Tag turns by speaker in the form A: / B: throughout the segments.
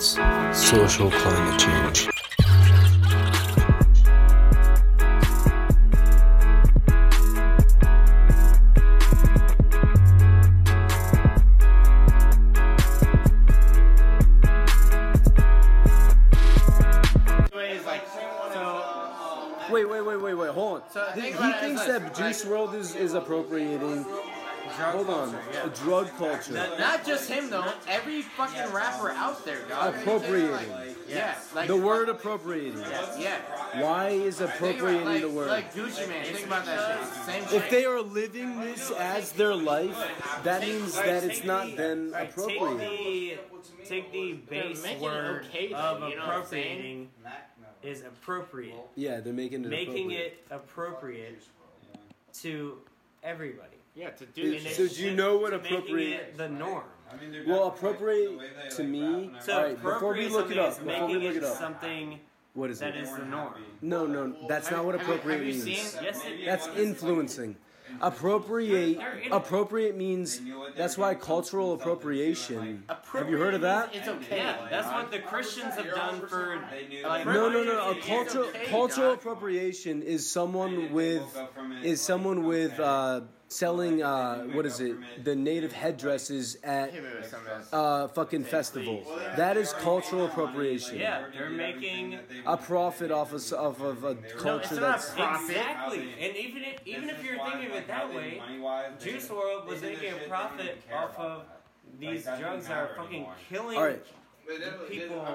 A: Science, social climate change.
B: Anyways, like, so
C: Wait, wait, wait, wait, wait. Hold on.
B: So,
C: he
B: think
C: he
B: about it
C: thinks
B: as
C: that
B: this,
C: Juice World is, is appropriating. Hold on, a drug culture.
B: not just him though. Every fucking rapper out there, dog.
C: Appropriating.
B: Yeah, like
C: The word appropriating.
B: Yeah.
C: Why is
B: Think about,
C: appropriating
B: like,
C: the word?
B: like Gucci Man. Think about that shit. Same shit.
C: If they are living this as their life, that means that it's not then
D: Alright,
C: appropriating.
D: Take the, take the base
B: making it
D: word
B: okay, though,
D: of
B: you know what I'm
D: appropriating is appropriate.
C: Yeah, they're making it
D: Making
C: appropriate.
D: it appropriate to everybody.
B: yeah, to do this
D: And
C: So
D: it's
C: do you
D: just
C: know what
D: making
C: appropriate-
D: it the norm?
C: Well, appropriate to me.
D: To
C: All right, before we
D: appropriate
C: look it
D: something
C: up,
D: is
C: before we
D: making
C: look it up,
D: something
C: what is
D: that
C: it?
D: is the norm.
C: No, no, that's not what
B: Have you- have you
C: appropriate
B: seen-
C: means.
D: Yes, it is.
C: That's influencing. Appropriate. Appropriate means. That's why cultural appropriation. Have you heard of that?
B: It's okay.
D: Yeah, that's what the Christians have done for.
B: Like,
C: No, no, no. A
B: It's
C: cultural
B: okay,
C: cultural
B: Doc.
C: appropriation is someone with is someone with uh, selling uh, what is it? The native headdresses at
B: Hit me with something else.
C: uh, fucking festivals. That is cultural appropriation.
D: Yeah, they're making
C: A profit off of, off of a
B: it's
C: culture
B: not
C: that's
B: Profit.
D: exactly. And even if, even if you're thinking of it that way, Juice World was making a profit off of these
E: Like, that
D: drugs that
E: didn't
D: are
E: matter
D: fucking
E: anymore.
D: killing.
C: all right.
D: people-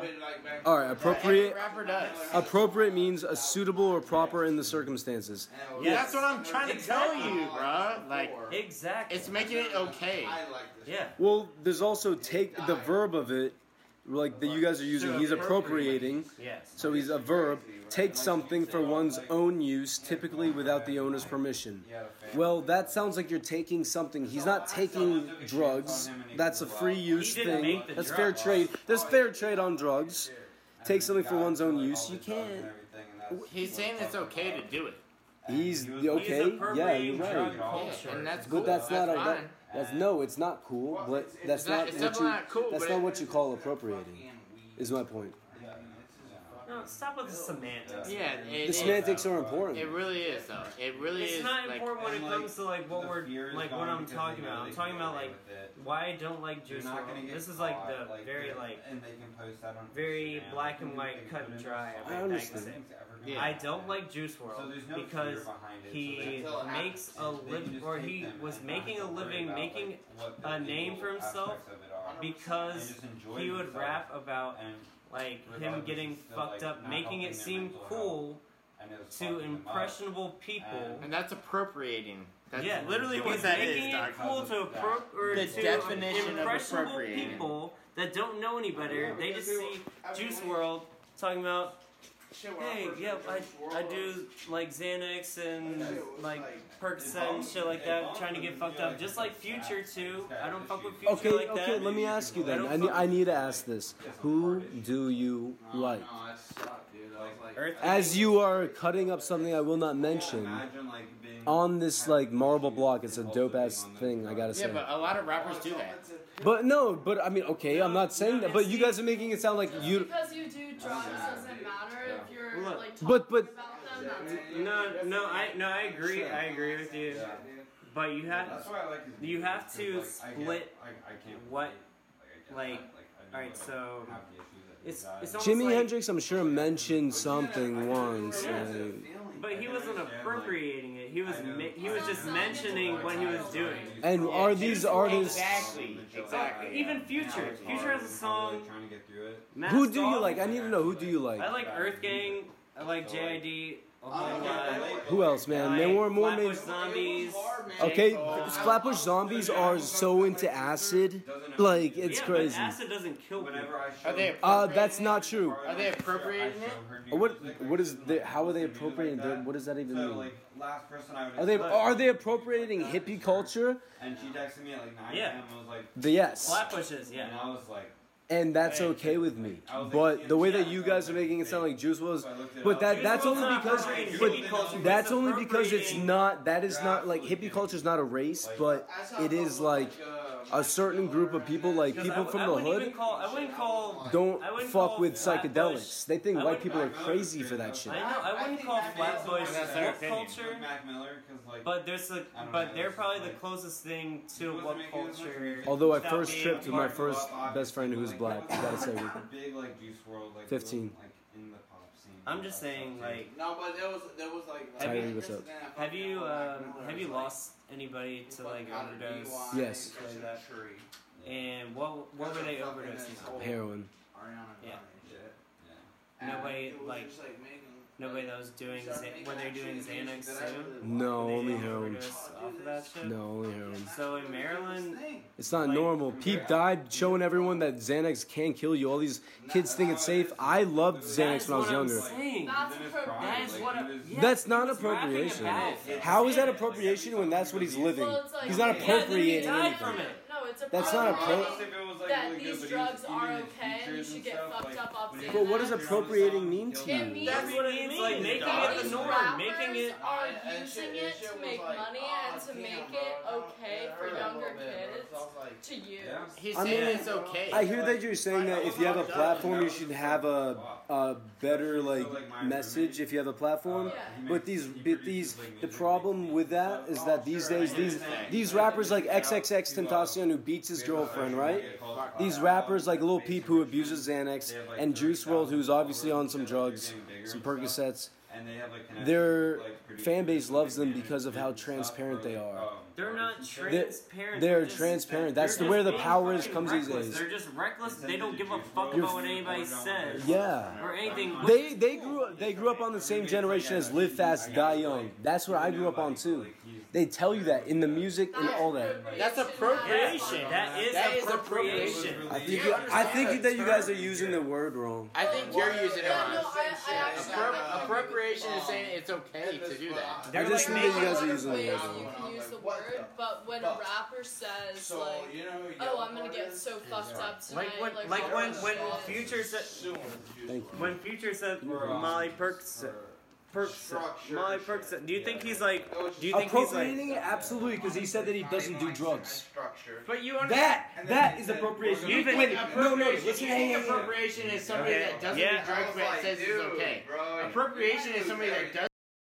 C: All right. Appropriate.
B: Rapper does.
C: Appropriate means a suitable or proper in the circumstances.
D: Yes.
B: That's what I'm trying to tell you, bro. Like,
D: Exactly.
B: it's making it okay.
D: yeah.
C: Well, there's also take the verb of it, like that you guys are using. He's appropriating.
D: Yes.
C: So he's a verb. Take something for one's own use, typically without the owner's permission. Well, that sounds like you're taking something. He's not taking drugs. That's a free use
D: He didn't
C: thing.
D: make the
C: That's fair
D: drugs.
C: trade. There's fair trade on drugs. Take something for one's own use. You can't.
B: He's saying it's okay to do it.
C: He's okay.
D: He's
C: Yeah,
D: appropriating
C: you're
D: drug
C: right.
D: culture.
B: And that's cool.
C: But that's not a.
B: fine.
C: That, that's no. It's not cool. But that's
B: It's not-
C: not
B: it's
C: what
B: definitely not cool,
C: you. That's
B: but
C: not
B: it-
C: what you call appropriating. Is my point.
D: No, stop with the semantics.
B: Yeah, it,
C: The
B: it,
C: semantics are important.
B: it really is, though. It really
D: It's
B: is.
D: not
B: like,
D: important when it
E: and, like,
D: comes to like what
E: the
D: we're
E: fear is
D: like
E: gone
D: what I'm
E: because
D: talking
E: they know
D: about. I'm
E: they
D: talking
E: can
D: about
E: get away
D: like
E: with it.
D: why I don't like
E: You're
D: Juice
E: not gonna
D: WRLD.
E: get
D: This is like
E: caught,
D: the very
E: they're-
D: like
E: and they can post that on
D: very
E: Instagram.
D: black and
E: They
D: white,
E: can
D: cut
E: put
D: and
E: it
D: dry,
E: in
D: I
E: the
D: mean,
E: song.
D: that's it.
E: Nothing's ever gonna
B: Yeah.
D: I
E: happen.
D: don't like Juice World
E: So there's no fear
D: because
E: behind it, so
D: he
E: they- Until
B: it
D: makes a
E: They can
D: living
E: just
D: or
E: take
D: he
E: them and
D: was
E: not
D: making
E: have
D: a
E: to worry
D: living
E: about, like,
D: making
E: what the
D: a name
E: legal
D: for himself
E: aspects of it are. And
D: because
E: just enjoy
D: he would
E: themselves.
D: rap about
E: And
D: like him
E: regardless,
D: getting
E: it's still,
D: fucked
E: like,
D: up,
E: not
D: making
E: helping
D: it
E: their
D: seem
E: mental health.
D: cool
E: and it was
D: to
E: fucking them up.
D: impressionable people.
B: And that's appropriating. That's
D: yeah,
B: literally what
D: he's
B: that
D: making
B: is,
D: it
B: dog.
D: cool to appro- or
B: The
D: to
B: definition of
D: impressionable
B: appropriating.
D: people that don't know any better. They just see Juice World talking about, hey, yep, I, I do like Xanax and like Percocet and shit like that, trying to get fucked up, just like Future too. I don't fuck with Future
C: Okay,
D: like
C: okay,
D: that.
C: let me ask you
D: I
C: then.
D: don't
C: I need,
D: fucking-
C: I need to ask this. Who do you like?
D: Earth-
C: As you are cutting up something I will not mention,
E: Imagine, like, being-
C: on this like marble block, it's a dope ass thing, I gotta
B: Yeah,
C: say.
B: but a lot of rappers do that.
C: But no, but I mean, okay, I'm not saying that, but you guys are making it sound like you.
F: Because you do drugs doesn't matter if you're
D: Look,
F: like talking
C: but- but-
F: about them. That's
D: No, no, I no, I agree. I agree with you.
E: Yeah.
D: But you have
E: That's why I like his
D: You
E: music,
D: have
E: 'cause,
D: to
E: like, I get-
D: split
E: I- I can't
D: what,
E: relate. I get
D: like,
E: that, I know,
D: alright,
E: like,
D: so,
E: half the issues that he
D: it's
E: got.
D: it's almost
C: Jimi
D: like,
C: Hendrix, I'm sure, mentioned something once.
D: Yeah.
C: like-
D: but he wasn't appropriating it. He was
E: I know.
D: ma- he was just mentioning what he was doing.
C: and are these artists.
B: Exactly. Exactly.
D: Even Future. Future has a song.
E: Trying to get through it.
D: Mask
C: Who do you
D: Off.
C: like? I need to know who do you like?
D: I like Earth Gang. Uh, I like JID.
E: Oh
D: a whole lot.
C: Who else,
D: I
C: man?
D: like
C: There were more
D: Flatbush
C: main.
D: Zombies.
C: Okay, Flatbush Zombies are so into acid, like it's
D: yeah,
C: crazy.
D: But acid doesn't kill people.
E: Whenever I show
B: Are they
E: her-
C: Uh, that's not true.
B: Are they appropriating
E: I
B: it?
E: show her new
C: What
E: music,
C: what is
E: like,
C: the, how are they
E: like, music
C: appropriating?
E: like
C: their-
E: that.
C: what does that even
E: So,
C: mean?
E: like, last person I would
C: Are they
E: expect-
C: are they appropriating hippie culture?
E: And she texted me at like 9
D: Yeah.
E: a.m. I was like,
C: The yes,
D: Flatbushes,
E: and
D: yeah.
E: I was like,
C: and that's okay with me. But the way that you guys are making it sound like Juice was, but that that's only because but that's only because it's not that is not like hippie culture is not a race, but it is like a certain group of people, like
D: 'Cause I
C: people
D: w-
C: from
D: I
C: the
D: wouldn't even
C: hood,
D: call- I wouldn't call.
C: don't
D: I wouldn't
C: fuck
D: call
C: with
D: Flatbush-
C: psychedelics. They think
D: I
C: white
D: wouldn't-
C: people are
E: Flatbush
C: crazy
E: is
C: for that
E: good.
C: shit.
D: I know. I wouldn't
F: think
D: call
F: that is
D: Flatbush
F: That's
G: our
D: woke
G: opinion.
D: culture,
E: Mac Miller, because like.
D: but there's the,
E: I don't know,
D: but they're
E: that's
D: probably the
E: like-
D: closest thing
E: He
D: to
E: wasn't
D: woke
E: making as much
D: culture.
E: music.
C: Although I
D: without
C: first
D: being
C: tripped with
D: part
C: my
D: of the
C: first
E: Obviously,
C: best friend who was
E: like,
C: black.
E: that
C: Gotta
E: was
C: say,
E: a Big like juice world like
C: 15.
E: wasn't, like, in the pop scene.
D: I'm just saying, like,
G: No, but there was there was like.
D: Have
C: you- what's up?
D: have you um, have you lost anybody to like overdose?
C: Yes.
D: Like that. And what what were they overdosing on?
C: heroin.
D: Yeah.
E: Yeah.
D: Nobody, like- Nobody that was doing Xa- were they doing Xanax too?
C: No,
D: Were they
C: only
D: on
C: heroin.
D: overdose Off of that shit?
C: No, only heroin.
D: So in Maryland,
C: It's not
D: Like-
C: normal. Peep died showing everyone that Xanax can kill you. All these kids think it's safe. I loved
D: that
C: Xanax
D: is
C: when I was
D: what I'm
C: younger.
D: saying.
F: That's
E: Dennis
F: appropriate.
E: Bryant,
D: That is
E: like,
D: what
E: he
D: I-
E: was-
D: yeah,
C: That's not
D: he was rapping
C: appropriation.
D: about it.
C: How is that
D: It's-
C: appropriation when that's what he's living?
F: Well, it's like,
C: He's not
F: yeah, then
C: appropriating
F: you die
C: anything.
F: from it. No, it's
C: That's not
E: I
C: appro-
E: don't know
F: appropriating
E: if it was, like,
F: that
E: really good,
F: these
E: but he was
F: drugs
E: eating
F: are
E: his
F: okay and you
E: features
F: should
E: and
F: get
E: stuff,
F: fucked
E: like,
F: up off
E: when
F: the
E: he-
C: But what does
F: internet.
C: appropriating mean to
F: It
C: you?
F: means
D: That's what it means, like making
F: that
D: it the
F: these
D: norm,
F: rappers
D: making it.
F: are
G: And- and
F: using
G: shit- and
F: it
G: shit
F: to
G: was
F: make
G: like,
F: money
G: "Ah,
F: and to
G: damn,
F: make
G: bro,
F: it
G: that
F: okay
G: hurt
F: for
G: a little
F: younger
G: bit, bro."
F: kids
G: So I was like,
F: to use.
E: Yeah.
B: He's
C: I
B: saying
C: mean,
B: it's okay.
C: I hear that you're saying that if you have a platform, you should have a, a better like message. If you have a platform, but these, but these, the problem with that is that these days, these these rappers like XXX Tentacion who beats his girlfriend, right?
E: uh,
C: These rappers like Lil Peep who abuses Xanax and Juice World who's obviously on some drugs, some Percocets.
E: And they have, like, connections
C: Their
E: with, like, producers
C: fan base
E: and
C: loves them
E: managers
C: because of
E: and
C: how
E: stuff, or,
C: transparent
E: like,
C: they are.
E: um,
D: They're not
E: artists and
C: They're-
D: transparent.
C: They're
D: just-
C: transparent.
D: they're
C: That's the
D: just
C: where the
D: being
C: power is
D: fucking
C: comes these
D: reckless.
C: days.
D: They're just reckless. They don't give a fuck
E: You're-
D: about what anybody says.
C: Yeah.
D: Or anything.
C: They they grew up they grew up on the same generation as Live Fast, Die Young. That's what I grew up on too. They tell you that in the music and all that.
B: That's appropriation.
D: That is
B: That is
D: appropriation.
C: I think you, I think that you guys are using the word wrong.
B: I think you're using it
F: Yeah, no,
B: wrong.
F: I, I actually.
B: Appro- appropriation is saying it's okay to do that.
C: I just
F: Like,
C: think that you
F: there's
C: guys
F: a
C: are
F: lot of
C: using the
F: ways
C: word wrong.
F: You can use the
G: What the
F: word, but when a
G: fuck?
F: rapper says
G: So,
F: like,
G: you know,
F: "Oh, I'm gonna get so fucked up tonight,"
D: Like when, like
F: all
D: when,
F: this
D: when
F: shit.
D: Future said,
C: Thank you.
D: when Future said
E: For, um,
D: Molly Perks, Perks,
G: structure
D: Molly
G: shit.
D: Perks. Do you think he's like? Do you think he's like?
C: Appropriating it absolutely because he said that he doesn't do drugs.
G: Structure.
B: But you understand.
C: That that is appropriation.
B: You think
C: Wait, no, no,
B: appropriation-
C: listen.
B: you think
C: Hey, hey, hey.
B: Mm, appropriation is somebody that doesn't
D: Yeah.
B: do drugs but says it's okay. Appropriation is somebody that does.